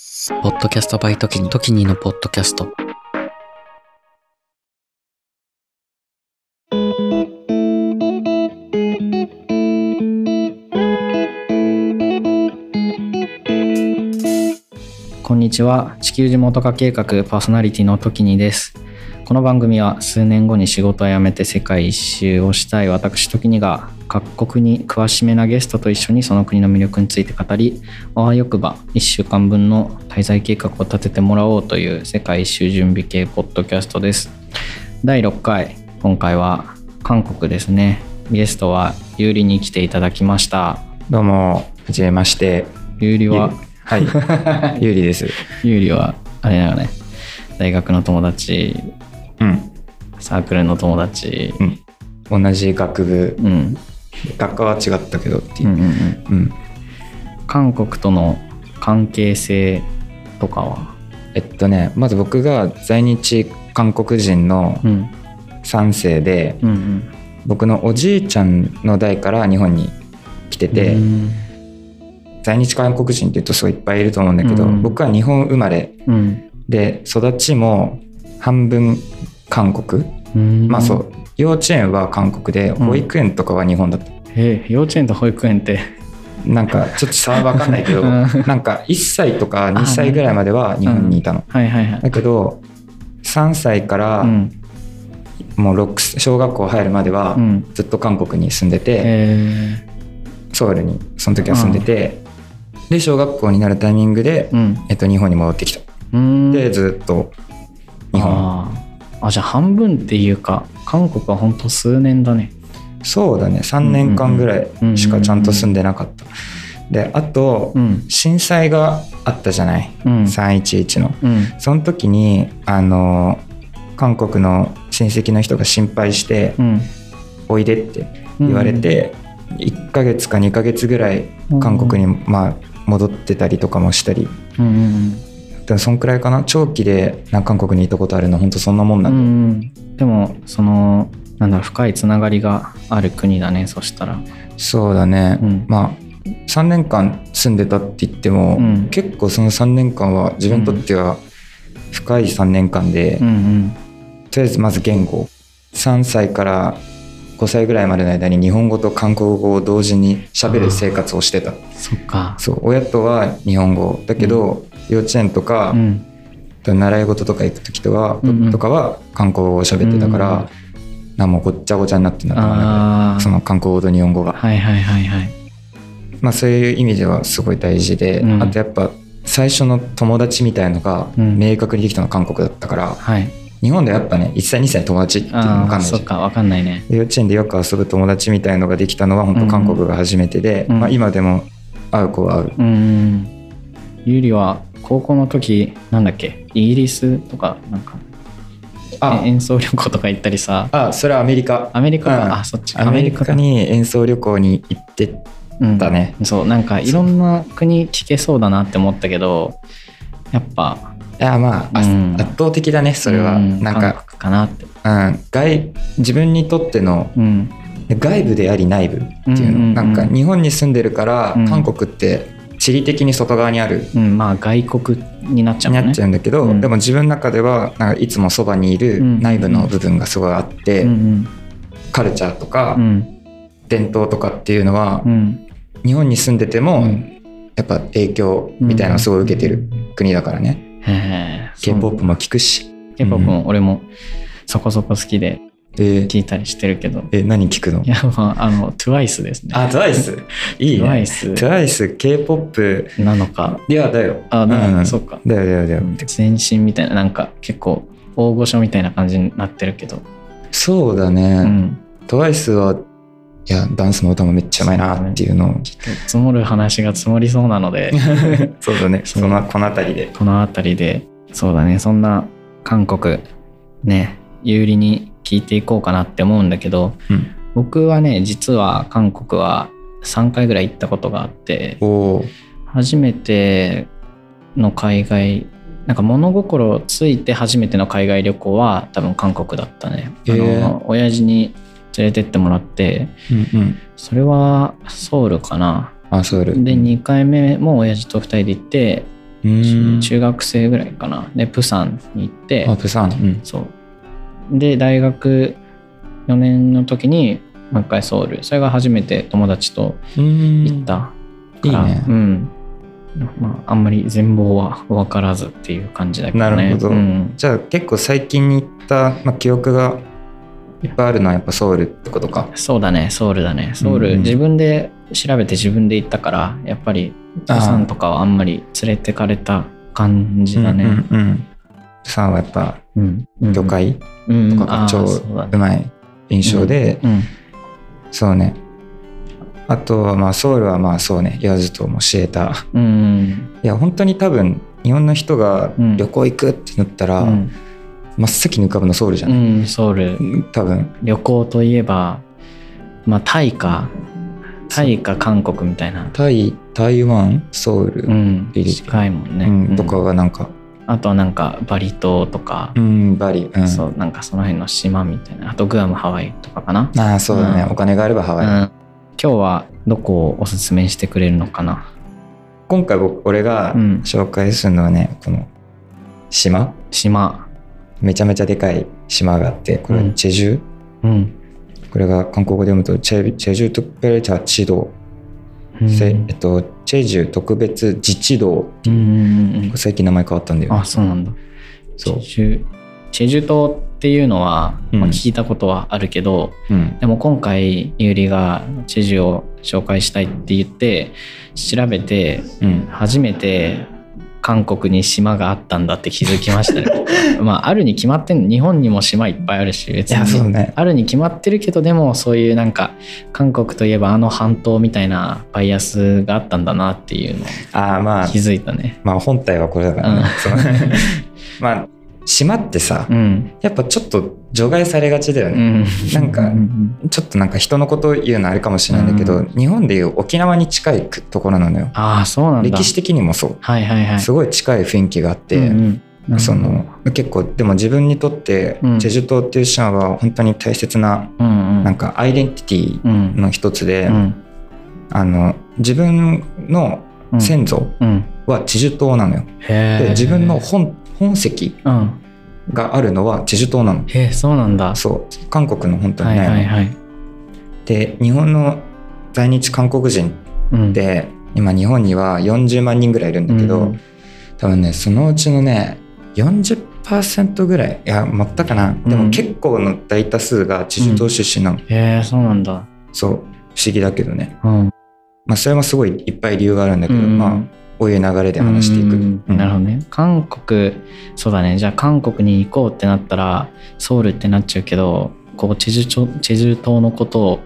。ポッドキャストバイトキニ、トキニのポッドキャスト。こんにちは地球地元化計画パーソナリティのトキニですこの番組は数年後に仕事を辞めて世界一周をしたい私トキニが各国に詳しめなゲストと一緒にその国の魅力について語りあわよくば1週間分の滞在計画を立ててもらおうという世界一周準備系ポッドキャストです第6回今回は韓国ですねゲストはユーリに来ていただきましたどうも、はじめまして。ユーリははい、 ゆうりです。ユーリはあれだよね大学の友達うん、サークルの友達うん。同じ学部う、ん学科は違ったけどってういんう。うんうんうん。韓国との関係性とかはえっとね、まず僕が在日韓国人のうん3世で、うんうん僕のおじいちゃんの代から日本に来てて、うん在日韓国人っていうとすごいいっぱいいると思うんだけど、うん僕は日本生まれうんで、育ちも半分韓国。うんまあそう、幼稚園は韓国で、うん保育園とかは日本だった。え幼稚園と保育園ってなんかちょっと差は分かんないけど、 うんなんか1歳とか2歳ぐらいまでは日本にいたの。はいはいはいだけど3歳からうんもう六小学校入るまではうんずっと韓国に住んでて、えソウルにその時は住んでて、で小学校になるタイミングで、ーうんえっと、日本に戻ってきた。うんでずっと日本あーあじゃあ半分っていうか韓国はほんと数年だねそうだね3年間ぐらいしかちゃんと住んでなかった。であとうん震災があったじゃないうん311の。うんその時にあの韓国の親戚の人が心配してうん「おいで」って言われて、1ヶ月か2ヶ月ぐらい韓国に、まあ、戻ってたりとかもしたりうんうんでもそんくらいかな長期でなんか韓国にいたことあるの本当そんなもんうなんんだ、うんでもそのなんだろう深いつながりがある国だねそしたらそうだね、うんまあ3年間住んでたって言っても、うん結構その3年間は自分にとっては深い3年間で、うんうんとりあえずまず言語3歳から5歳ぐらいまでの間に日本語と韓国語を同時に喋る生活をしてたそっかそう親とは日本語だけど、幼稚園とか、うん習い事とか行く時とは、うんうんとかは韓国語を喋ってたから、なんもごっちゃごちゃになってなったかあらそあの韓国語と日本語が、はいはいはいはいまあ、そういう意味ではすごい大事で、うんあとやっぱ最初の友達みたいのがうん明確にできたのは韓国だったから、はい日本ではやっぱね1歳2歳の友達っていうのあ分かんなあいじそゃんっかわかんないね幼稚園でよく遊ぶ友達みたいのができたのはうん本当韓国が初めてで、うんまあ、今でも会う子は会ううんうんゆりは高校の時なんだっけイギリスとかなんかえあ演奏旅行とか行ったりさあそれはアメリカアメリカうんかあそっちかアメリカかに演奏旅行に行ってうんだねそうなんかいろんな国聞けそうだなって思ったけどやっぱいやまあ、あうん圧倒的だねそれは、うんなん韓か、国かなってうん、外自分にとってのうん外部であり内部っていうんううの、んうんなんか日本に住んでるから、うん韓国って地理的に外側にある、うん、まあ外国になっちゃうもんなね。っちゃうんだけど、うんでも自分の中ではなんかいつもそばにいるうん内部の部分がすごいあって、うんカルチャーとか、うん伝統とかっていうのは、うん日本に住んでても、うんやっぱ影響みたいなのをすごい受けてる国だからね、へえ k p o p も聴くし k p o p も俺もそこそこ好きでえー聞いたりしてるけどえ何聴くのいやまああの TWICE ですねあ TWICE いいね TWICE TWICE K-POP なのかいやだよあなうんそっかだよだよだよ、全身みたいななんか結構大御所みたいな感じになってるけどそうだうね、ん TWICE はいやダンスも歌もめっちゃうまいなっていうのを積もる話が積もりそうなのでそうだねそうそのこの辺りでこの辺りでそうだねそんな韓国ね有利に聞いていこうかなって思うんだけどうん僕はね実は韓国は3回ぐらい行ったことがあっておお初めての海外なんか物心ついて初めての海外旅行は多分韓国だったね、へえあの親父に連れてってもらってうんうんそれはソウルかなあそうで2回目も親父と2人で行ってうん中学生ぐらいかなでプサンに行ってあプサン、うん、そうで大学4年の時にもう一回ソウルそれが初めて友達と行ったうかんら、いいねうんまあ、あんまり全貌は分からずっていう感じだけどねなるほどうん、じゃあ結構最近に行った、まあ、記憶がいっぱいあるのはやっぱソウルってことかそうだねソウルだねソウル、うんうん自分で調べて自分で行ったからやっぱりあー父さんとかはあんまり連れてかれた感じだね、うんうんうんプサンはやっぱうんうん魚介ととかが超うまい印象で、うんそうねあとはまあソウルはまあそうね言わずとも知れたうんいや本当に多分日本の人が旅行行くってなったら、うん真っ先に浮かぶのソウルじゃうない、んソウル多分旅行といえばまあタイかタイか韓国みたいな、タイ台湾ソウル、ううん、んいい近いもんね、うんとかがなんか、あとはなんかバリ島とかう、ん、バリ、うん、そうなんかその辺の島みたいなあとグアムハワイとかかな、ああそうだね、うんお金があればハワイ、うん、今日はどこをおすすめしてくれるのかな今回僕俺がうん紹介するのはねこの島島めちゃめちゃでかい島があってこうれんチェジュ、うん、これが韓国語で読むとチェチェジュ特別자치도、うんせえっと、チェジュ特別自治道うんうんうんこれ最近名前変わったんだよねあそうなんだチそェジュチェジュ島っていうのは、まあうん聞いたことはあるけど、う、うん、でも今回ゆりがチェジュを紹介したいって言って調べてうん、初めて韓国に島があったんだって気づきましたね まああるに決まってん日本にも島いっぱいあるし別いやそうにねあるに決まってるけどでもそういうなんか韓国といえばあの半島みたいなバイアスがあったんだなっていうのをああまあ気づいたねまあ本体はこれだからね、そうまあ島ってさ、うんやっぱちょっと除外されがちだようね、んなんかうんちょっとなんか人のこと言うのあれかもしれないんだけど、う日本でいう沖縄に近いくところなのよああそうなんだ歴史的にもそう、はいはいはいすごい近い雰囲気があって、うんうんその結構でも自分にとってうんチェジュ島っていう島は本当に大切なうんうんなんかアイデンティテうィんの一つで、うんあの自分のうん先祖うんはチェジュ島なのよ、へえで自分の本本籍うんがあるのはチェジュ島なのへえそうなんだそう韓国の本当はにいね、はいはいで日本の在日韓国人うんで今日本には40万人ぐらいいるんだけど、うん多分ねそのうちのね40%ぐらいいや持ったかな、でうもん結構の大多数がチェジュ島出身なの、へえそうなんだそう不思議だけどね、うんまあ、それもすごいいっぱい理由があるんだけど、うんまあこういう流れで話していく、うんうんなるほどね韓国そうだねじゃあ韓国に行こうってなったらソウルってなっちゃうけどこうチェジュチョチェジュ島のことを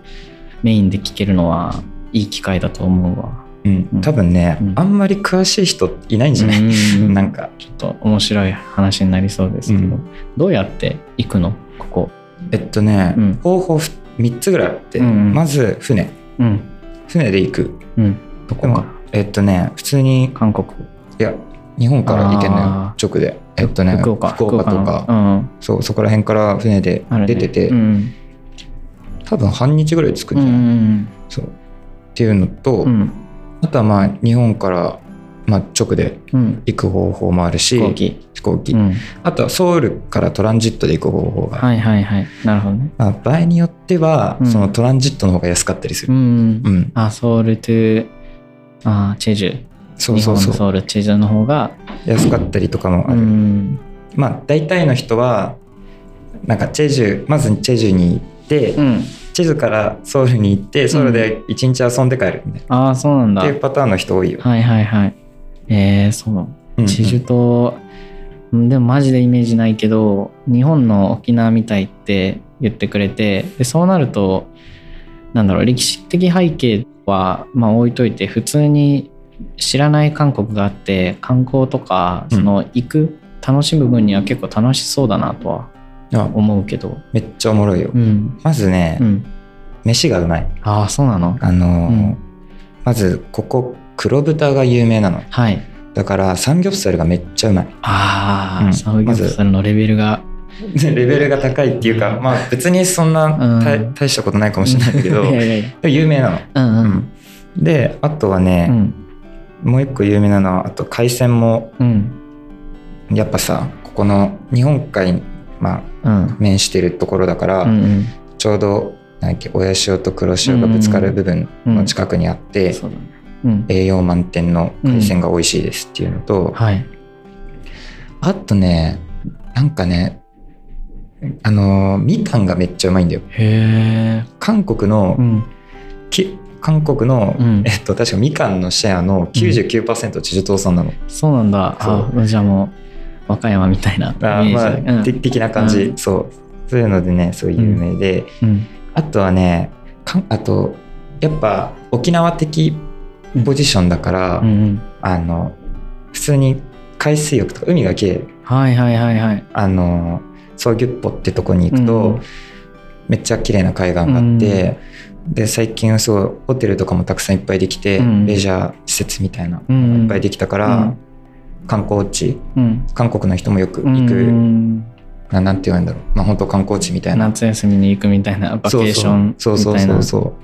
メインで聞けるのはいい機会だと思うわうん多分ね、うんあんまり詳しい人いないんじゃない、うなんかちょっと面白い話になりそうですけど、うんどうやって行くのここえっとね、うん方法3つぐらいあって、うんうんまず船うん船で行くうんどでこもかえっとね普通に韓国いや日本から行けんのよあ直でえっとね福岡とのか、うんそうそこら辺から船であるね出てて、うん多分半日ぐらい着くんじゃない、んそうっていうのと、うんうんあとはまあ日本から、まあ、直でうん行く方法もあるし飛行機、飛行機うん、あとはソウルからトランジットで行く方法が、はいはいはいなるほどねまあ、場合によっては、うんそのトランジットの方が安かったりすうる、んうんあソウルとあーチェジュそうそう日本のそうソウルチェジュの方が安かったりとかもあうる、んまあ大体の人はなんかチェジュまずチェジュに行って、うんチェジュからソウルに行ってソウルで一日遊んで帰るみたいああそうなんな、だっていうパターンの人多いよ。はいはいはいえー、そううんチェジュ島うんでもマジでイメージないけど日本の沖縄みたいって言ってくれてでそうなるとなんだろう歴史的背景はまあ置いといて普通に知らない韓国があって観光とかうんその行く、楽しむ分には結構楽しそうだなとはあ思うけどめっちゃおもろいよ。うんまずね、うん飯がうまい。ああそうなのあのーうんまずここ黒豚が有名なの。はいだからサムギョプサルがめっちゃうまい。ああ、うんサウギョプサルのレベルが、 レベルが高いっていうか、まあ別にそんな大,、うん大したこ とないかもしれないけどい、やいやいや有名なの。うんうんうんであとはうね、んもう一個有名なのはあと海鮮もうんやっぱさここの日本海、まうあ、ん面してるところだから、うんちょうどなんだっけ親潮と黒潮がぶつかる部分の近くにあって、そうだねうん栄養満点の海鮮が美味しいですっていうのと、はいあとねなんかねあのーみかんがめっちゃうまいんだよへえ韓国の、うんき韓国の、うんえっと確かみかんのシェアの99%チジュ島産なの、そうなんだあじゃあもう和歌山みたいなイメあージまあ、うんて的な感じ、うそうそういうのでねそう有名で、うんあとはねかんあとやっぱ沖縄的ポジションだから、うんうんあの普通に海水浴とか海が綺麗はいはいはいはいあのソウギュッポってとこに行くと、うんめっちゃ綺麗な海岸があって、で最近はすごいホテルとかもたくさんいっぱいできて、うんレジャー施設みたいな、うんうんいっぱいできたから、観光地うん韓国の人もよくうん行く、うんななんて言うんだろうまあ本当観光地みたいな夏休みに行くみたいなバケーションみたいなそうそうそうそうそう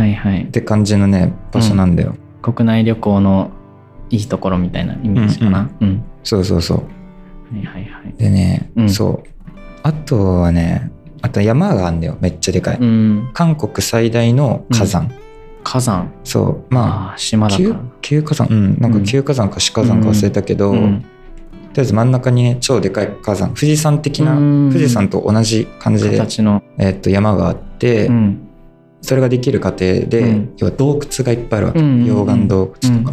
はいはいって感じのね場所なんだよ、国内旅行のいいところみたいなイメージかなうんそうそうそうはいはいはいでね、うんそうあとはねあと山があんだよめっちゃでかい、うん韓国最大の火山、火山そうまあああ島だか急ら急火山うんなんうかん急火山か死火山か忘れたけど、うんとりあえず真ん中にね超でかい火山富士山的なうん富士山と同じ感じで、形のえっと山があって、うんそれができる過程で、うん要は洞窟がいっぱいあるわけ、うんうんうん溶岩洞う窟んとか、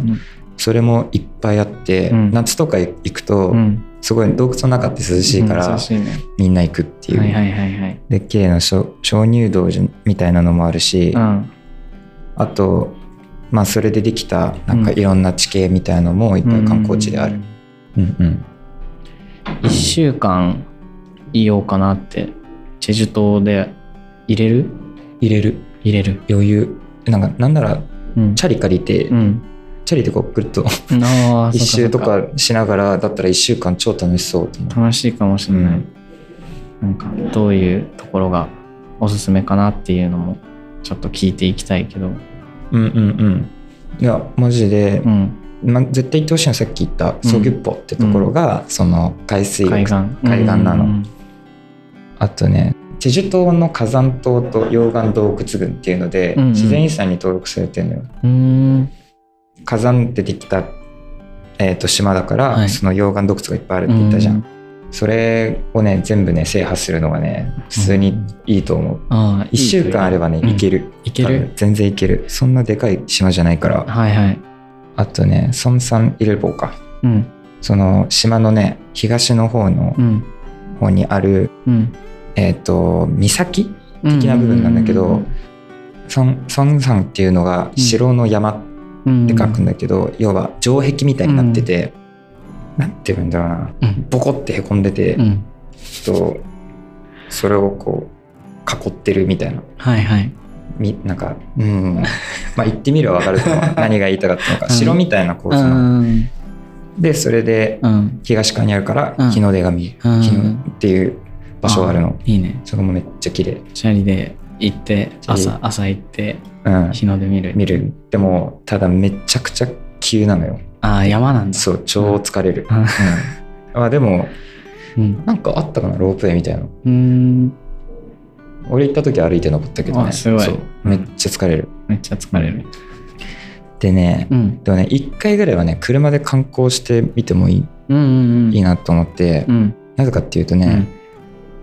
それもいっぱいあって、うん夏とか行くと、うんすごい洞窟の中って涼しいから、うん涼しいねみんな行くっていう、はいはいはいはいで綺麗な鍾鍾乳洞みたいなのもあるし、うんあとまあそれでできたなんかうんいろんな地形みたいのもいっぱい観光地である、うんうん1週間いようかなってチェジュ島で入れる入れる入れる余裕なんかなんならうんチャリ借りて、うんチャリでこうぐるっとああ一周とそっかしながらだったら1週間超楽しそうと思そっか楽しいかもしれない、なんかどういうところがおすすめかなっていうのもちょっと聞いていきたいけどう、うん、うんうんいやマジでう、んま、絶対行ってほしいのはさっき言ったソギュッポってところが、その海水海浴岸海岸なのうんあとねチェジュ島の火山島と溶岩洞窟群っていうので、うんうん自然遺産に登録されてるのようんうん火山ってできた、えー、と島だから、はいその溶岩洞窟がいっぱいあるって言ったじゃん、それをね全部ね制覇するのがね普通にいいと思う、ああ1週間あればねうんいける、いけ多る分全然いけるそんなでかい島じゃないからはいはいあとねソンサンイレボーかうんその島のね東の方のうん方にある、うんえっ、と岬的な部分なんだけどうんソンソンサンっていうのが城の山っうんて書くんだけど、要は城壁みたいになってて、なんて言うんだろうなうんボコってへこんでて、うんとそれをこう囲ってるみたいなはいはいみなんかうんまあ言ってみれば分かると思 う何が言いたかったのか、うん城みたいな構う造なのんでそれでうん東側にあるからうん日の出が見える、うん日のっていう場所があるのいいねそれもめっちゃ綺麗チャリで行ってチャリ朝朝行ってうん日の出見る見るでもただめちゃくちゃ急なのよああ山なんだそう超疲れる、うんうんまあでも うんなんかあったかなロープウェイみたいなのうーん俺行った時歩いて登ったけどねあすごいそうめっちゃ疲れるめっちゃ疲れるでね、うんでもね1回ぐらいはね車で観光してみてもいいうんうんうんいいなと思って、うんなぜかっていうとね、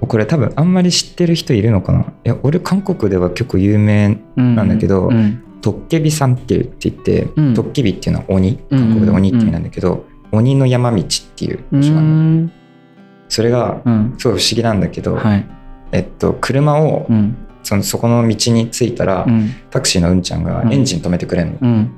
これ多分あんまり知ってる人いるのかないや俺韓国では結構有名うんなんだけどうんトッケビさんって言って言って、うんトッケビっていうのは鬼うん韓国で鬼って意味なんだけど、鬼の山道っていうう場所なのんそれがうんすごい不思議なんだけど、はいえっと、車をうんそのそこの道に着いたら、うんタクシーのうんちゃんがエンジン止めてくれるの、うん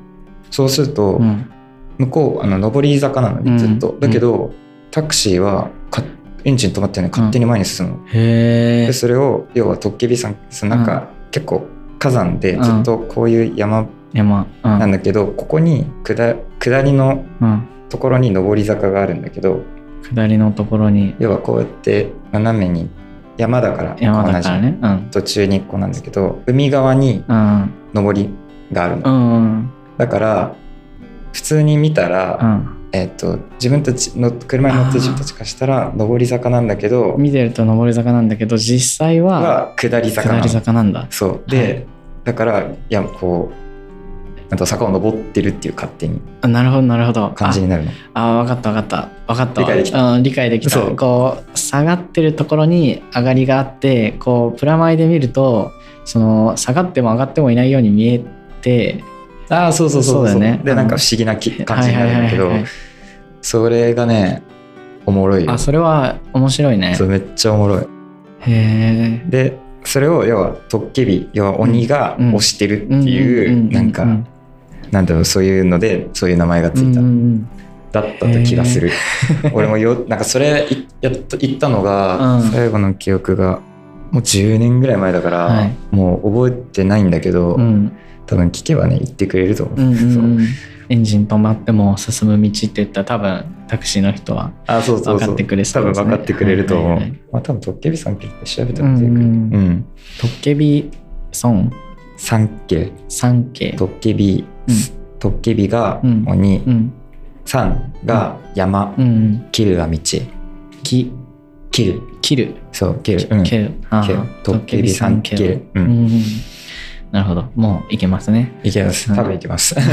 そうすると、うん向こうあの上り坂なのうんにずっと、うんだけどタクシーはかエンジン止まってない勝手に前に進むの、へえでそれを要はトッケビさんそのなんか、結構火山でうんずっとこういう山山うなんんだけど、ここに下下りのうんところに上り坂があるんだけど下りのところに要はこうやって斜めに山だから山だからねうん同じ途中にこうなんだけど海側にうん上りがあるの、うんだから普通に見たら、うん、えっと自分たちの車に乗ってる自分たちからしたら上り坂なんだけど見てると上り坂なんだけど実際はは下り坂下なのり坂なんだそうで、だからいやこうなんと坂を登ってるっていう勝手にあなるほどなるほど感じになるのああ分かった分かった分かったわ理解できたうん、理解できたそうこう下がってるところに上がりがあってこうプラマイで見るとその下がっても上がってもいないように見えてああそうそうそそううだよねでなんうかん不思議なき感じになるんだけはいはど、いはいはいそれがねおもろいよあそれは面白いねそうめっちゃおもろいへえでそれを要はトッケビ要は鬼がうん押してるっていうなんか、うんなんだろうそういうのでそういう名前がつうんいた、うんだったと気がする俺もよなんかそれいやっと言ったのが、うん最後の記憶がもう10年ぐらい前だから、はいもう覚えてないんだけど、うんうん多分聞けばね言ってくれると思う、うんうんそううんエンジン止まっても進む道って言ったら多分タクシーの人はあそうそうそう分かってくれそ多うで分すね分かってくれると思う、はいはいはいまあ多分トッケビさん結構調べても出てくる、ううんんトッケビ孫三家三景トッケビ、トッケビがうん鬼、うん三が山、うんうんキルは道きキル切るそうキル、うん蹴る。あー蹴るトッケビさん蹴るううんんうんなるほど。もういけますね。いけますはい多分いけます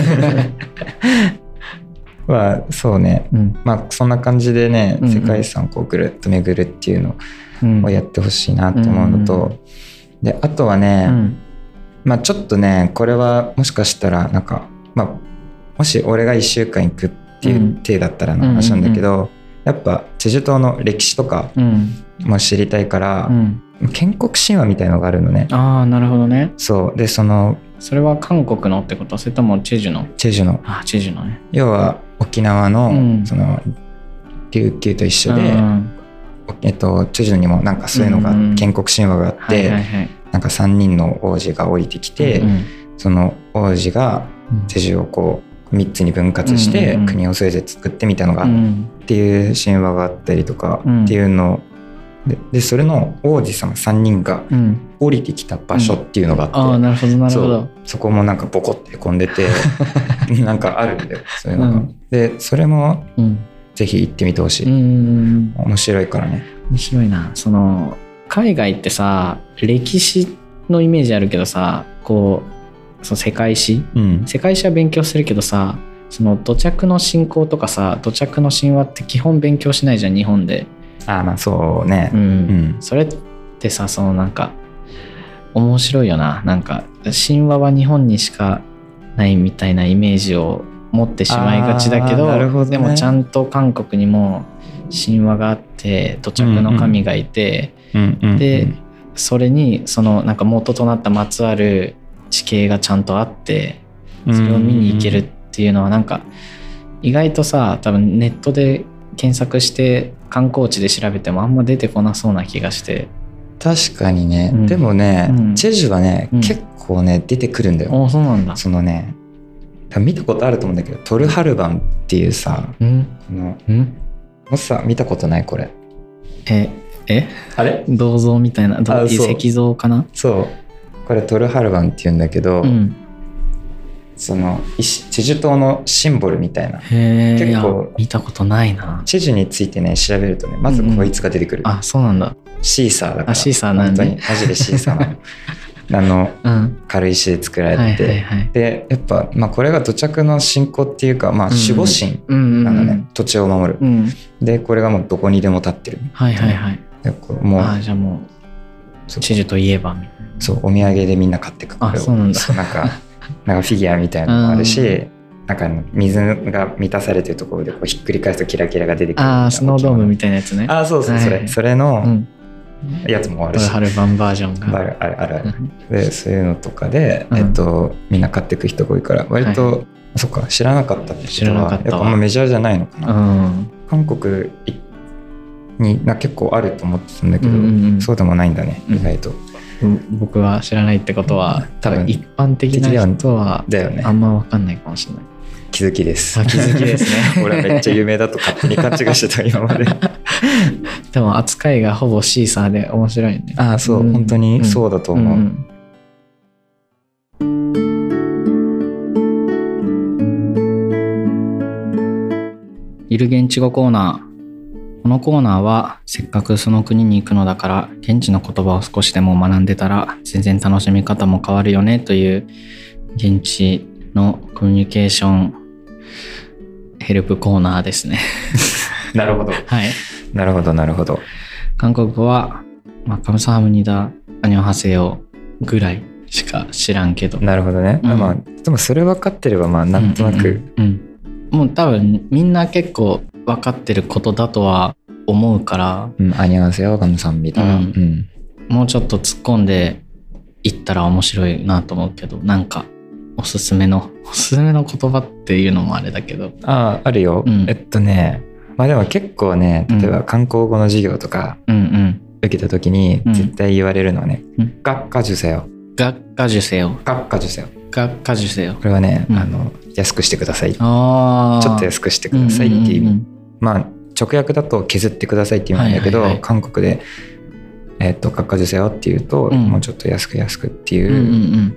まあそうねうん。まあそんな感じでね、うんうん世界遺産をこうぐるっと巡るっていうのうんをやってほしいなと思うのと、うんうんうであとはね、うんまあちょっとねこれはもしかしたらなんかまあもし俺が1週間行くっていう体だったらの話なんだけど、やっぱチェジュ島の歴史とかうん。も知りたいからう、ん。建国神話みたいのがあるのねああ、なるほどね。そうでそのそれは韓国のってことそれともチェジュのチェジュのあー、チェジュのね。要は沖縄の,、うんその琉球と一緒で、うんえっと、チェジュにもなんかそういうのが、うん建国神話があっはて、いはいはい。なんか3人の王子が降りてきて、うんその王子がうんチェジュをこう3つに分割しうて、んうんうん国をそれぞれ作ってみたのがあうっんっていう神話があったりとかうんっていうのを、ででそれの王子様3人がうん。降りてきた場所っていうのがあって、ああ、なるほど、なるほそどう。そこもなんかボコって混ん でてなんかあるんだよそういうのが。うんでそれもうん。ぜひ行ってみてほしうい、ん。面白いからね面白いなその海外ってさ歴史のイメージあるけどさこうその世界史うん世界史は勉強するけどさその土着の信仰とかさ土着の神話って基本勉強しないじゃん日本で、ああまあそうねうんうんそれってさそのなんか面白いよななんか神話は日本にしかないみたいなイメージを持ってしまいがちだけどあーなるほどねでもちゃんと韓国にも神話があって土着の神がいて、うんうんでそれにそのなんか元となったまつわる地形がちゃんとあってうんそれを見に行けるっていうのはなんか意外とさ多分ネットで検索して観光地で調べてもあんま出てこなそうな気がして確かにね、うんでもね、うんチェジュはね、うん結構ね出てくるんだよ、おおそうなんだそのね多分見たことあると思うんだけどトルハルバンっていうさうんこのうんもさ見たことないこれええあれ銅像みたいなどあういうそう石像かなそうこれトルハルバンっていうんだけど、うんその石チェジュ島のシンボルみたいなへえ結構見たことないなチェジュについてね調べるとねまずこいつが出てくる、あそうなんだシーサーだからあシーサーなん本だ当にマジでシーサーなのあ のうん軽石で作らはれいはいてて、はいでやっぱ、まあ、これが土着の信仰っていうか、まあ、うん守護神うんうなのんね、うん土地を守る、うんでこれがもうどこにでも立ってるはいはいはいでこれもうああじゃあもうそうチェジュといえばみたいそうお土産でみんな買ってくあこれをそうなんだうなんかなんかフィギュアみたいなのもあるし、うなんかあの水が満たされてるところでこうひっくり返すとキラキラが出てくるなあースノードームみたたいなやつねいなあーそうそうそれ、はいそれうのんやつもあるし、春版バージョンあがるあるあるあうるんでそういうのとかで、うんえっと、みんな買ってく人が多いから割と、はそっか知らなかったって知人らなはかやっったわぱあんまメジャーじゃないのかな、うん韓国にな結構あると思ってたんだけど、うんうんうんそうでもないんだねうん意外と、僕は知らないってことは多多分分一般的な人はだよねあんま分かんないかもし れない気づきですあ気づきです ね 俺はめっちゃ有名だと勝手に勘違いしてた 今まででも扱いがほぼシーサーで面白いねああそう、うん本当にそうだとう思う、んいる現地語コーナー。このコーナーは、せっかくその国に行くのだから、現地の言葉を少しでも学んでたら、全然楽しみ方も変わるよねという、現地のコミュニケーションヘルプコーナーですね。なるほど。 はい。なるほど、なるほど。韓国語は、まあ、カムサハムニダ、アニョンハセヨぐらいしか知らんけど。なるほどね。うんまあ、でもそれ分かってれば、まあ、なんとなく。うんうんうんもう多分みんな結構分かってることだとは思うからうん、アニュアンセヨガムさんみたいな。ううんん。もうちょっと突っ込んでいったら面白いなと思うけどなんかおすすめの おすすめの言葉っていうのもあれだけどああ、あるよ。うんえっとね、まあでも結構ね、例えば観光語の授業とかうん受けた時にうん絶対言われるのはね、うん学科受精よ。うん学科受精を学科受精よ。学科受精をこれはね、うんあの、安くしてください。ちょああっと安くしてくださいっていう意味。まあ、直訳だと削ってくださいって意味なんだけど、はいはいはい韓国で、えっと、学科受精よっていうと、うんもうちょっと安く安くっていうう、んうん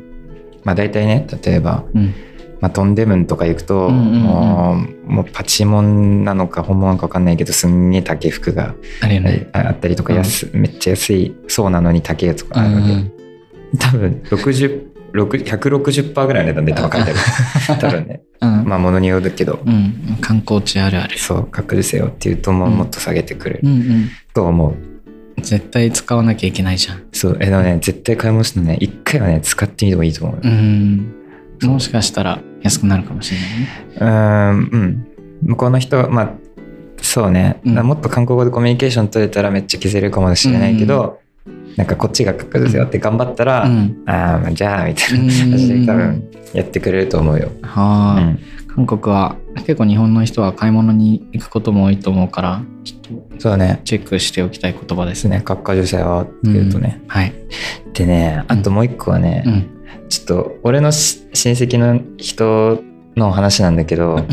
まあ大体ね、例えば、うんまあ、トンデムンとか行くと、うんうんうんもうもうパチモンなのか本物なのか分かんないけどすんげえ竹服があれよねああったりとかうん安、めっちゃ安いそうなのに竹とかあるわけ、多分60 6 160%ぐらいの値段で多分買ってる多 分ねうんうんまあものによるけど、うん観光地あるあるそう隠せよっていうともううんもっと下げてくるうんうんと思う、絶対使わなきゃいけないじゃん。そうえでもね絶対買い物してね一回はね使ってみた方がいいと思う、うん。もしかしたら安くなるかもしれないね。うーんうん向こうの人はまあそうね、うんもっと韓国語でコミュニケーション取れたらめっちゃ消せるかもしれないけど、なんかこっちがかかるぜよって頑張ったら、うん。ああじゃあみたいな感じで多分はやってくれると思うよ、うあ、ん韓国は結構日本の人は買い物に行くことも多いと思うから、ちょっとそうねチェックしておきたい言葉でですすね。ね閣下女性はっていうとね、はい。でねあともう一個はね、うん。ちょっと俺のし親戚の人の話なんだけど、うん。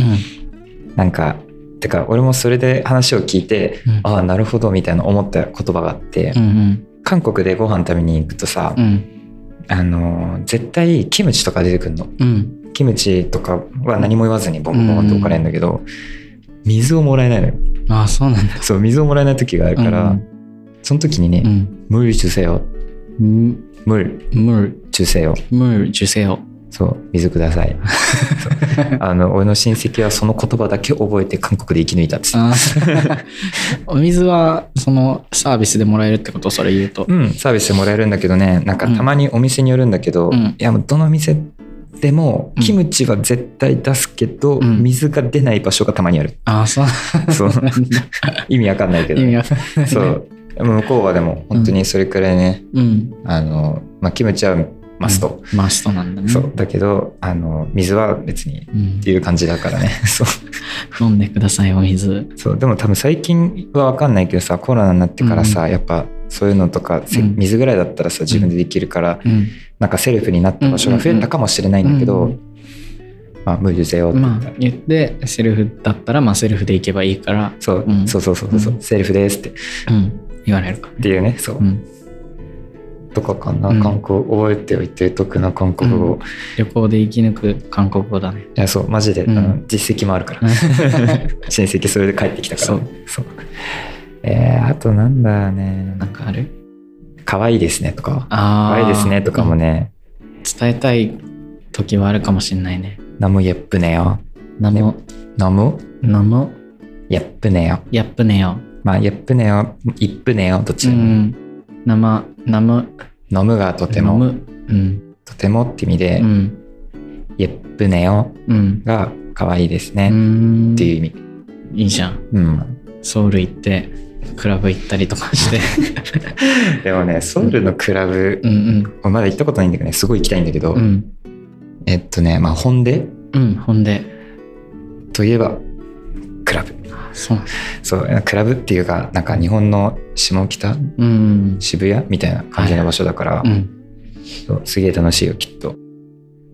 なんかてか俺もそれで話を聞いて、うんああなるほどみたいな思った言葉があって、うん。韓国でご飯食べに行くとさ、うん。あのー絶対キムチとか出てくるのうん。キムチとかは何も言わずにボンボンと置かれるんだけど、水をもらえな いのよああ、そうなんだ。そう水をもらえない時があるから、うその時にうねん。 「無理受精よむ、無理む、受精よむ、受精を。そう水くだ さい」そうあの俺の親戚はその言葉だけ覚えて韓国で生き抜いたっつってあーお水は、そのサービスでもらえるってこと、それ言うと。うんサービスでもらえるんだけどねなんかたまにお店によるんだけど、うんいやもうどの店でもうんキムチは絶対出すけど、うん水が出ない場所がたまにある、ああ、そうそうなんだ。 意味わかんないけど意味わかんない。そう。向こうはでも本当にそれくらいね、うん。あの、まあ、キムチはマスト、マストなんだね。そうだけどあの水は別にっうんていう感じだからね そう飲んでください、お水。そうでも多分最近はわかんないけどさコロナになってからさ、やっぱそういうのとか、せうん水ぐらいだったらさ自分でできるから、うん。なんかセルフになった場所が増えたかもしれないんだけど、うんうんまあ無理せよって言まったあら、言って、セルフだったら、まあ、セルフで行けばいいから、そううんそうそうそうそう、うんセルフですってっうん。言われるからね。ていうねそう、うん。とかかな、うん韓国覚えておいて得な韓国語、うん旅行で生き抜く韓国語だね。 いやそうマジで、うんあの実績もあるから親戚それで帰ってきたから、ね、そうえー、あとなんだねなんかある可愛いですねとか可ああ。愛いですねとかもね、うん。伝えたい時はあるかもしれないね。ナム예쁘네요 なも、ナムなも、 예쁘네요 やっぷねよ。まあ예쁘네요一쁘네요どっちうでも、ん。なま、なむ、飲むがとてなむ。もうん。とてもって意味うで、ん。 예쁘네요 うん。が可愛いですね、うっん。ていう意味いいじゃん。うんソウル行って、クラブ行ったりとか して。でもねソウルのクラブう、んまだ行ったことないんだけどねすごい行きたいんだけど、うん。うん。えっとねまあホンデうん。ほんで、といえばクラブそうなんだ。そうクラブっていうかなんか日本の下北うん。渋谷みたいな感じの場所だから、うん。そうすげえ楽しいよきっと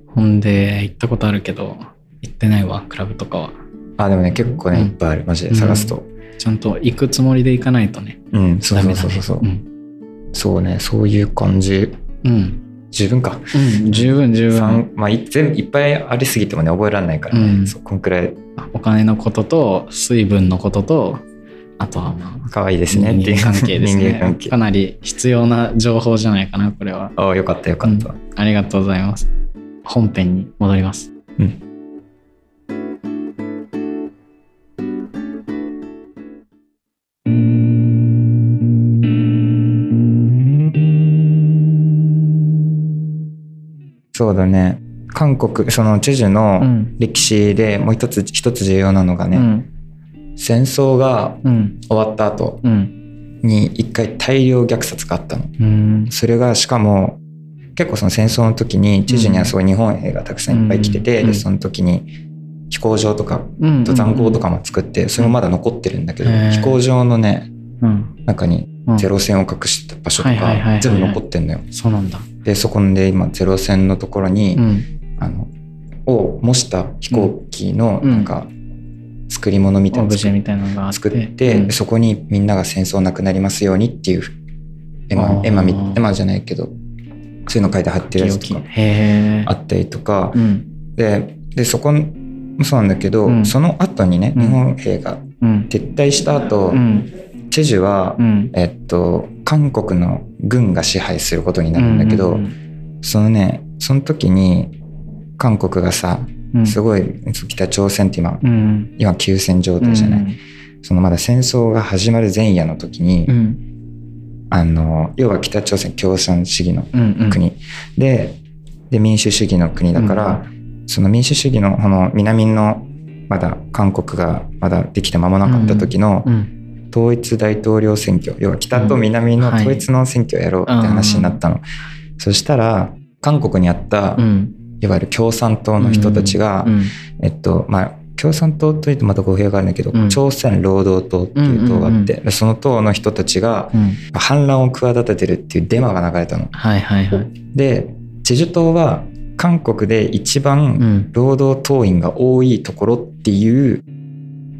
ほんで、行ったことあるけど、行ってないわ、クラブとかは。あでもね結構ね、うんいっぱいあるマジで探すとちゃんと行くつもりで行かないとね。うん、そうダそメうだそうね。そうそう、うん。そうねそういう感じうん。十分か、うん十分、十分。三まあ、い全部いっぱいありすぎてもね覚えられないからね、うんそうこんくらいお金のことと水分のこととあとはまあ可愛いです人ねっていう間関係です人間関ね係かなり必要な情報じゃないかなこれはああよかったよかった、ありがとうございます本編に戻りますそうだね韓国そのチェジュうのん歴史でもう一つ一つ重要なのがうね、ん戦争がうん終わった後うんに一回大量虐殺があったのうんそれがしかも結構その戦争の時にチェジュにはそういう日本兵がたくさんいっぱい来てて、うんでその時に飛行場とかうん残壕とかも作ってそれもまだ残ってるんだけど、へー飛行場のねうん中にうんゼロ戦を隠してた場所とはいはいはいはいはかい全部残ってんのよ。そうなんだでそこんで今ゼロ戦のところに、うんあのを模した飛行機のうんなんか作り物みたいオなのブ作ジっェみたいなのがあって作って、うんそこにみんなが戦争なくなりますようにっていう絵馬あー絵馬み絵馬じゃないけどそういうの書いて貼ってるやつとかへえあったりとか、うんででそこもそうなんだけど、うんその後にねうん日本兵がうん撤退した後、うんチェジュは、うんえっと、韓国の軍が支配することになるんだけど、うんそのねその時に韓国がさうんすごい北朝鮮って今うん今休戦状態じゃない、そのまだ戦争が始まる前夜の時に、うんあの要は北朝鮮共産主義のうんうん国、でで民主主義の国だから、その民主主義のこの南のまだ韓国がまだできて間もなかった時のうん統一大統領選挙、要は北と南の統一の選挙をやろうって話になったの、そしたら韓国にあった、うんいわゆる共産党の人たちが、うんえっとまあ共産党というとまた語弊があるんだけど、うん朝鮮労働党っていう党があって、でその党の人たちがうん反乱を企ててるっていうデマが流れたの。はいはいはいでチェジュ島は韓国で一う番ん労働党員が多いところっていう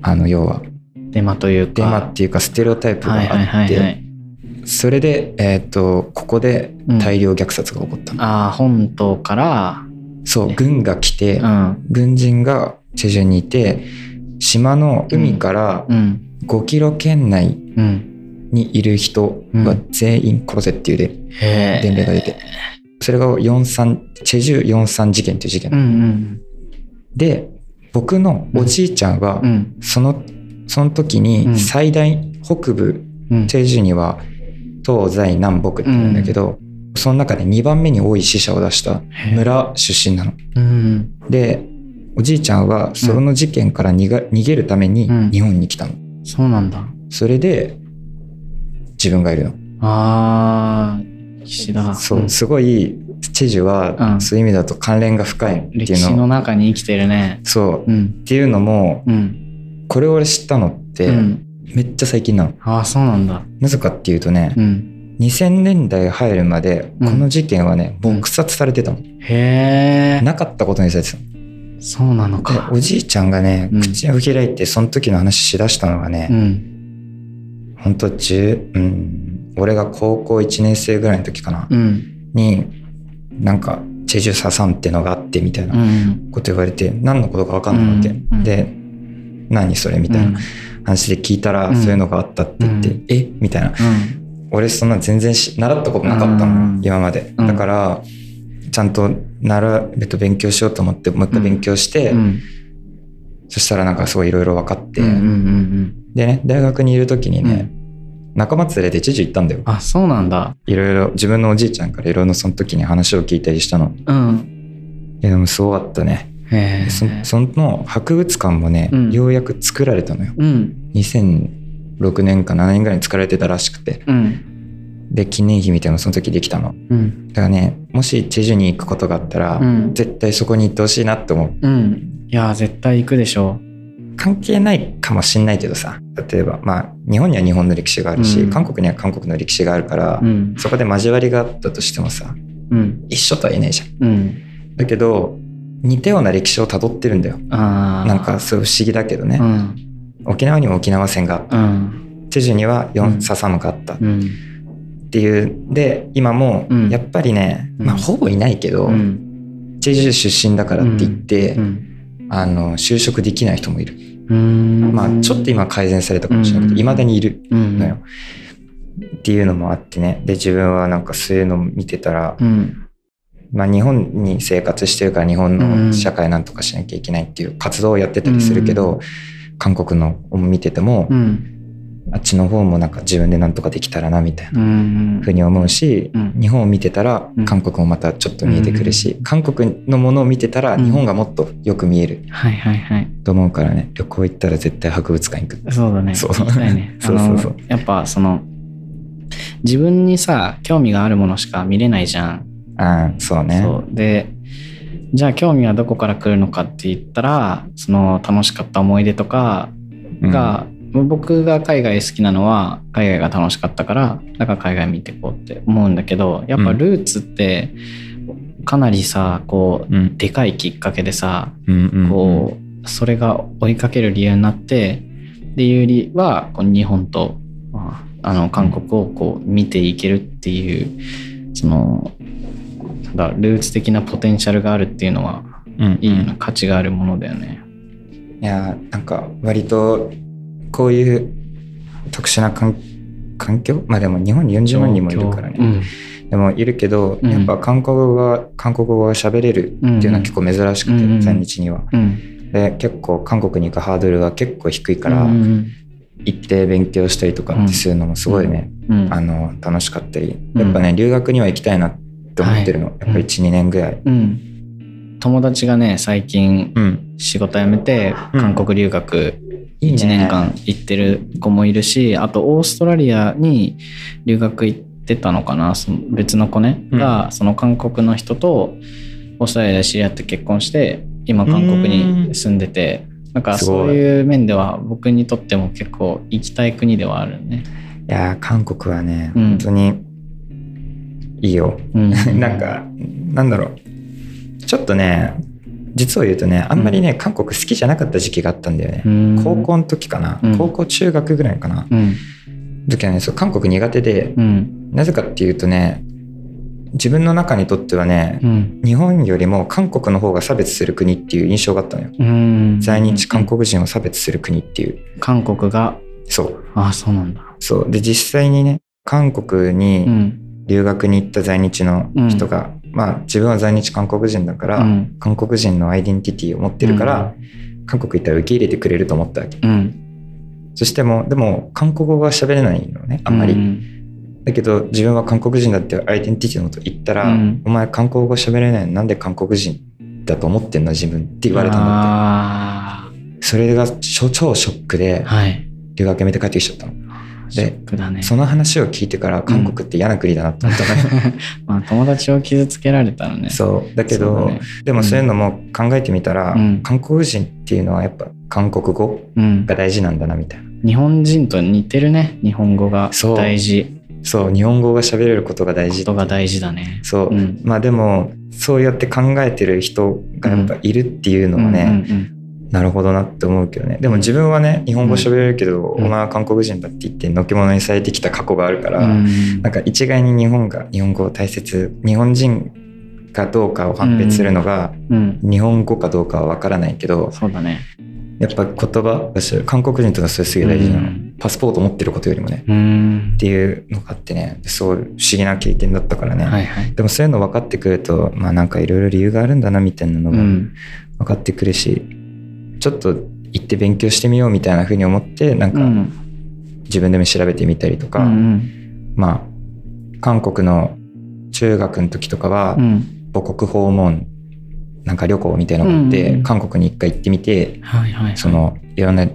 あの要はデマというかデマっていうかステレオタイプがはいはいあはっいはていそれで、えっとここでうん大量虐殺が起こったの。ああ本島からそう軍が来て、うん軍人がチェジュにいて島の海からうん5キロ圏内うんにいる人は全員殺せっていうでへえ伝令が出て、それが43チェジュ43事件っていう事件、うんで僕のおじいちゃんはうんうんそのその時うにん最大北部うんチェジュには東西南北って言うんだけど、その中で2番目に多い死者を出したへえ村出身なの。うんでおじいちゃんはその事件から逃が逃げるためにうん日本に来たの、そうなんだそれで自分がいるああ岸田のそう、んすごいチェジュうはんそういう意味だと関連が深いって歴いう史の,、の中に生きてるねそうっうんていうのもうんこれを俺知ったのって、うんめっちゃ最近なのああそうなんだなぜかっていうとねう、ん2000年代入るまでこの事件はね、うん撲殺されてたの、へえなかったことにされてたのそうなのかでおじいちゃんがねうん口を開いてその時の話しだしたのがね、うん本当十うん俺が高校1年生ぐらいの時かな、うんになんかチェジュサさんってのがあってみたいなうんこと言われて、何のことか分かんないわけ、うんうんで何それみたいな話で聞いたら、うんそういうのがあったって言って、うえみたいなうん俺そんな全然し習ったことなかったの、うん今までうんだからちゃんと習えっと勉強しようと思ってもう一回勉強して、うんそしたらなんかすごいいろいろ分かって、うんうんうんでね大学にいる時にうんうね、ん仲間連れてチェジュ行ったんだよあそうなんだいろいろ自分のおじいちゃんからいろいろその時に話を聞いたりしたのうんいやでもすごかったねへえそその博物館もね、うんようやく作られたのようん2006年か7年ぐらいに作られてたらしくてうんで記念碑みたいなのその時できたのうんだからねもしチェジュに行くことがあったら、うん絶対そこに行ってほしいなって思ううんいや絶対行くでしょ関係ないかもしんないけどさ例えばまあ日本には日本の歴史があるし、うん韓国には韓国の歴史があるから、ううんそこで交わりがあったとしてもさうん一緒とは言えないじゃんうんだけど似たような歴史をたどってるんだよああなんかそう不思議だけどねう、ん沖縄にも沖縄戦があっうたんチェジュにはう4んササムがあったっうんていうで今もうんやっぱりね、うんまあ、ほぼいないけど、うんチェジュ出身だからって言って、うんあの就職できない人もいる、うーんまあ、ちょっと今改善されたかもしれないうけんどいまだにいるうんのよ、っていうのもあってねで自分はなんかそういうのを見てたら、うんまあ、日本に生活してるから日本の社会なんとかしなきゃいけないっていう活動をやってたりするけど、韓国のを見てても、うんあっちの方もなんか自分でなんとかできたらなみたいなうんふうに思うし、うん日本を見てたらうん韓国もまたちょっと見えてくるし、う韓国のものを見てたらうん日本がもっとよく見えるはいはいはいと思うからね旅行行ったら絶対博物館行くそうだねそう行きたいね そうそうそうあのやっぱその自分にさ興味があるものしか見れないじゃん、ああそうねそうでじゃあ興味はどこから来るのかって言ったらその楽しかった思い出とかうんが、僕が海外好きなのは海外が楽しかったからだから海外見てこうって思うんだけどやっぱルーツってかなりさこううんでかいきっかけでさうんうんこうそれが追いかける理由になってでいう理由はこう日本とまああの韓国をこう見ていけるっていうそのなんだルーツ的なポテンシャルがあるっていうのはうんうんいいよな価値があるものだよね。いやーなんか割とこういう特殊な環環境まあでも日本に40万人もいるからうねんでもいるけどうんやっぱ韓国語が韓国語が喋れるっていうのは結構珍しくうんうんて在日には。うんで結構韓国に行くハードルが結構低いからうんうん行って勉強したりとかってするのもすごいね、うんあの楽しかったりうんやっぱね留学には行きたいなって思ってるの、やっぱうんり12年ぐらい。うん、友達がね最近うん仕事辞めてうん韓国留学いいね1年間行ってる子もいるし、あとオーストラリアに留学行ってたのかなその別の子ね、うんがその韓国の人とオーストラリアで知り合って結婚して今韓国に住んでて。なんかすごいそういう面では僕にとっても結構行きたい国ではあるね。いやー韓国はね、うん本当にいいようん なんかなんだろうちょっとね実を言うとねあんまりね、韓国好きじゃなかった時期があったんだよね、高、校の時かな、うん高校中学ぐらいかな、うん時はねそう韓国苦手でうんなぜかっていうとね自分の中にとってはねう、ん日本よりも韓国の方が差別する国っていう印象があったのようん、在日韓国人を差別する国っていう韓国がそうあそうなんだ。そうで実際にね韓国うにん留学に行った在日の人が、まあ自分は在日韓国人だから、うん韓国人のアイデンティティを持ってるから、韓国行ったら受け入れてくれると思ったわうけん、そしてもうでも韓国語が喋れないのねあんまり、うんだけど自分は韓国人だってアイデンティティのこと言ったら、うんお前韓国語喋れないのなんで韓国人だと思ってんの自分って言われたんだってあそれが超超ショックでーはい留学やめて帰ってきちゃったの、ショックだねその話を聞いてから韓国って嫌な国だなと思った のよ、まあ友達を傷つけられたらねそうだけそどうだねでもそういうのも考えてみたら、うん韓国人っていうのはやっぱ韓国語うんが大事なんだなみたいな日本人と似てるね日本語がそう大事そう日本語が喋れることが大事ことが大事だねそう、うんまあでもそうやって考えてる人がやっぱいるっていうのはね、うんうんなるほどなって思うけどねでも自分はね日本語喋れるけど、うんお前は韓国人だって言ってのけ者にされてきた過去があるから、うんなんか一概に日本が日本語を大切日本人かどうかを判別するのが、うん日本語かどうかは分からないけどそうだねやっぱ言葉だし韓国人とのそれすげえ大事なの、うんパスポート持ってることよりもねうんっていうのがあってねそう不思議な経験だったからね、はいはいでもそういうの分かってくるとまあなんかいろいろ理由があるんだなみたいなのうがん分かってくるしちょっと行って勉強してみようみたいな風に思ってなんうかん自分でも調べてみたりとうか、んまあ韓国の中学の時とかはうん母国訪問なんか旅行みたいなのがあって、うん韓国に一回行ってみてはいはいそのいろんな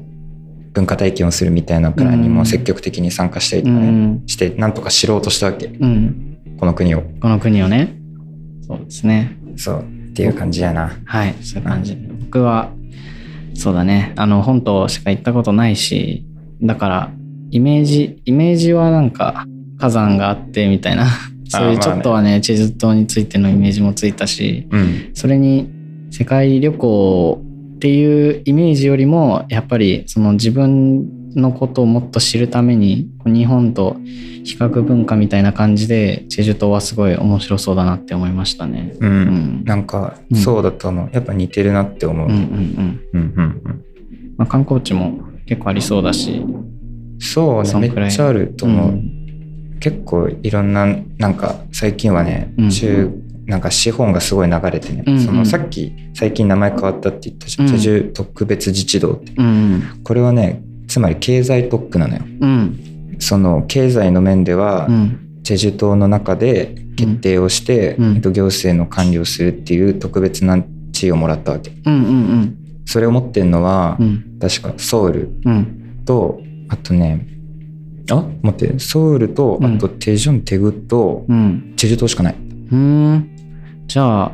文化体験をするみたいなプランにうんも積極的に参加したりうとかね、んしてなんとか知ろうとしたわけうんこの国をこの国をねそうですねそうっていう感じやなはい、そういう感じ。僕は、そうだね、あの、本島しか行ったことないし、だから、イメージ、イメージはなんか、火山があってみた いな、そういうまあちょっとはね、チェズ島についてのイメージもついたし、うんそれに、世界旅行っていうイメージよりも、やっぱり、その自分のことをもっと知るために日本と比較文化みたいな感じでチェジュ島はすごい面白そうだなって思いましたね。ううんんなんかうんそうだと思うやっぱ似てるなって思う、ううんうんうんんうんうん、まあ、観光地も結構ありそうだし、そうそんねくらいめっちゃあると思う、ん結構いろんななんか最近はね、うん中なんか資本がすごい流れてね、うんうんそのさっき最近名前変わったって言ったじゃうんんチェジュ特別自治道ってうんこれはねつまり経済特区なのようんその経済の面では、うんチェジュ島の中で決定をして、うんえっと、行政の管理をするっていう特別な地位をもらったわけうんうんそれを持ってるのは、うん確かソウルうんとあとねあ待ってソウルとうあんとテジョンテグとうんチェジュ島しかない、うんじゃあ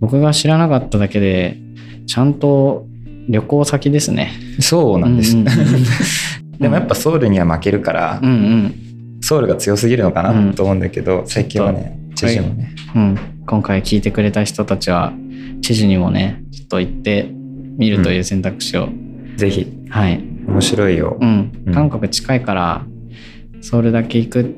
僕が知らなかっただけでちゃんと旅行先ですね。そうなんです、うんうん でもやっぱソウルには負けるから、うんうんソウルが強すぎるのかなと思うんだけど、最近はねちチょェっとジュもね、うん、今回聞いてくれた人たちは知事にもねちょっと行ってみるという選択肢を、ぜひはい、面白いよ、うんうん韓国近いからソウルだけ行く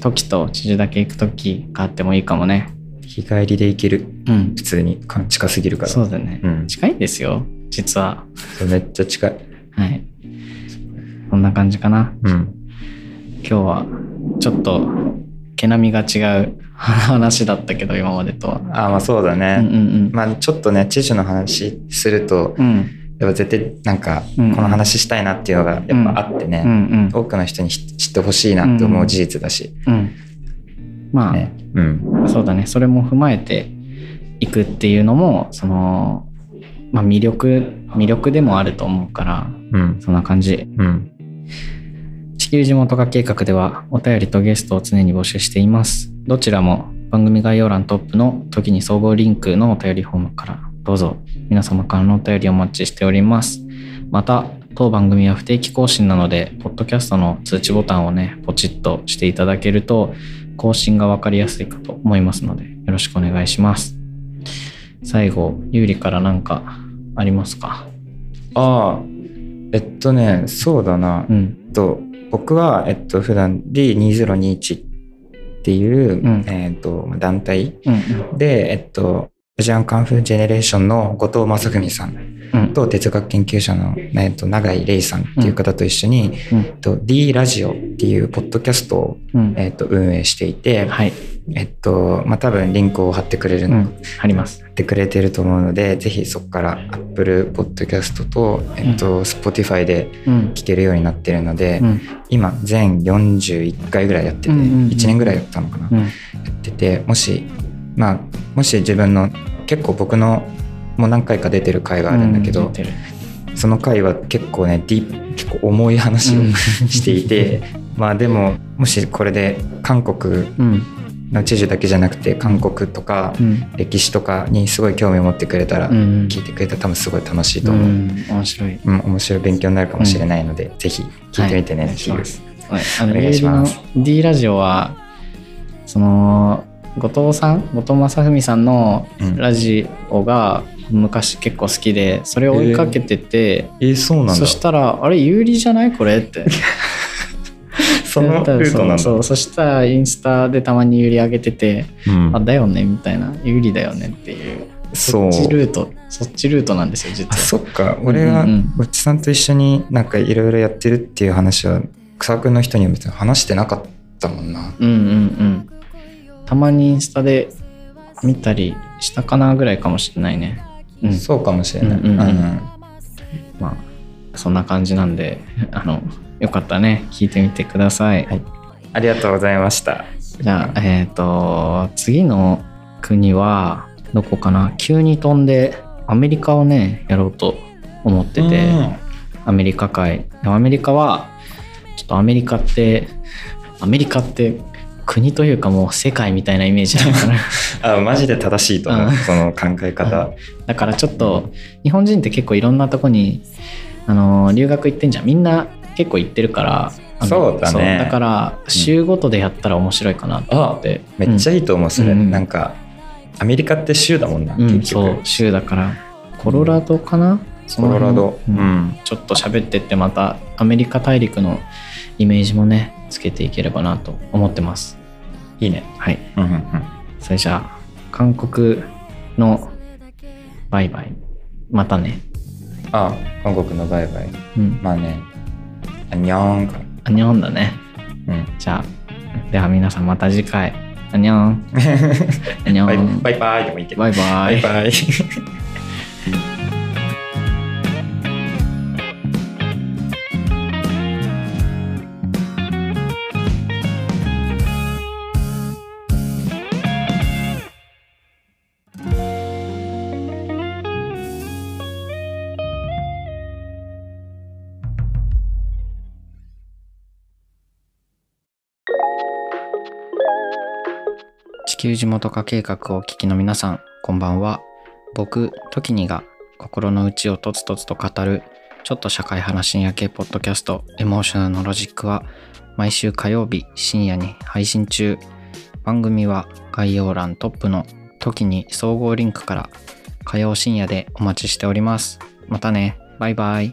時と知事だけ行く時があってもいいかもね日帰りで行けるうん普通にか近すぎるからそうだね、うん近いんですよ実はそうめっちゃ近いはいこんな感じかなうん今日はちょっと毛並みが違う 話だったけど今までとはあまあそうだうんね、うんまあちょっとねチェジュの話するとうんうんやっぱ絶対なんかうこんの話したいなっていうのがやっぱあってね、うんうん多くの人に知知ってほしいなって思う事実だし、うんまあ、ねうんそうだねそれも踏まえていくっていうのもその、まあ、魅力魅力でもあると思うからうんそんな感じうん地球地元化計画ではお便りとゲストを常に募集していますどちらも番組概要欄トップの時に総合リンクのお便りフォームからどうぞ皆様からのお便りお待ちしておりますまた当番組は不定期更新なのでポッドキャストの通知ボタンをねポチッとしていただけると更新が分かりやすいかと思いますのでよろしくお願いします最後ゆうりから何かありますかああえっとねそうだな、うんえっと僕は、えっと普段 D2021 っていう、うんえっと団体うんで、えっと、アジアンカンフージェネレーションの後藤正文さんうんと哲学研究者の、えっと、永井玲さんっていう方と一緒に、うんえっと、D ラジオっていうポッドキャストを、うんえっと、運営していて、はいえっとまあ、多分リンクを貼ってくれるうの、貼んありますってくれてると思うのでぜひそこから Apple Podcast と、えっと、Spotify でうん聞けるようになってるので、うん今全41回ぐらいやってて、うんうんうん1年ぐらいやったのかな、うんやっててもしまあもし自分の結構僕のもう何回か出てる回があるんだけうど、出てるその回は結構ねディープ結構重い話をうん して いてまあでももしこれで韓国うんの知事だけじゃなくて韓国とかうん歴史とかにすごい興味を持ってくれたら、うん聞いてくれたら多分すごい楽しいとう思う、うんん面白い面白い勉強になるかもしれないので、ぜひ聞いてみてね、はいっていうお願いしはいあのお願いしますゆうりの D ラジオはその後藤さん後藤正文さんのうんラジオが昔結構好きでそれを追いかけてて、えーそうなんだそしたら「あれ有利じゃないこれ」ってそのルートなんだそうそうそしたらインスタでたまに有利上げててうん「あだよね」みたいな「有利だよね」っていうそそうっちルートそっちルートなんですよ実は。あそっか俺がうんうんうちさんと一緒になんかいろいろやってるっていう話は草君の人には別に話してなかったもんなうんうんうんたまにインスタで見たりしたかなぐらいかもしれないねうんそうかもしれない、うんうんうんうんまあそんな感じなんで あのよかったらね聞いてみてください、はいありがとうございましたじゃあえっ、と次の国はどこかな急に飛んでアメリカをねやろうと思ってて、アメリカ界アメリカはちょっとアメリカってアメリカって国というかもう世界みたいなイメージだからあマジで正しいと思ううんその考え方だからちょっと日本人って結構いろんなとこにあの留学行ってんじゃんみんな結構行ってるからあのそうだねだから週ごとでやったら面白いかなと思って、めっちゃいい、いいと思うそれ、うんなんかアメリカって州だもんな、うん結局そう週だからコロラドかな、そコのロ辺ラド、ううんん、ちょっと喋ってってまたアメリカ大陸のイメージもねつけていければなと思ってますいいねはいうんうんうんそれじゃあ韓国のバイバイまたねあ韓国のバイバイうんまあねあにゃーんかあにょんだねうんじゃあでは皆さんまた次回あ にょんあにょんバイバイバイでもいいけどバイババイイバイ地球地元化計画をお聞きの皆さんこんばんは僕トキニが心の内をとつとつと語るちょっと社会話深夜系ポッドキャストエモーショナルのロジックは毎週火曜日深夜に配信中番組は概要欄トップのトキニ総合リンクから火曜深夜でお待ちしておりますまたねバイバイ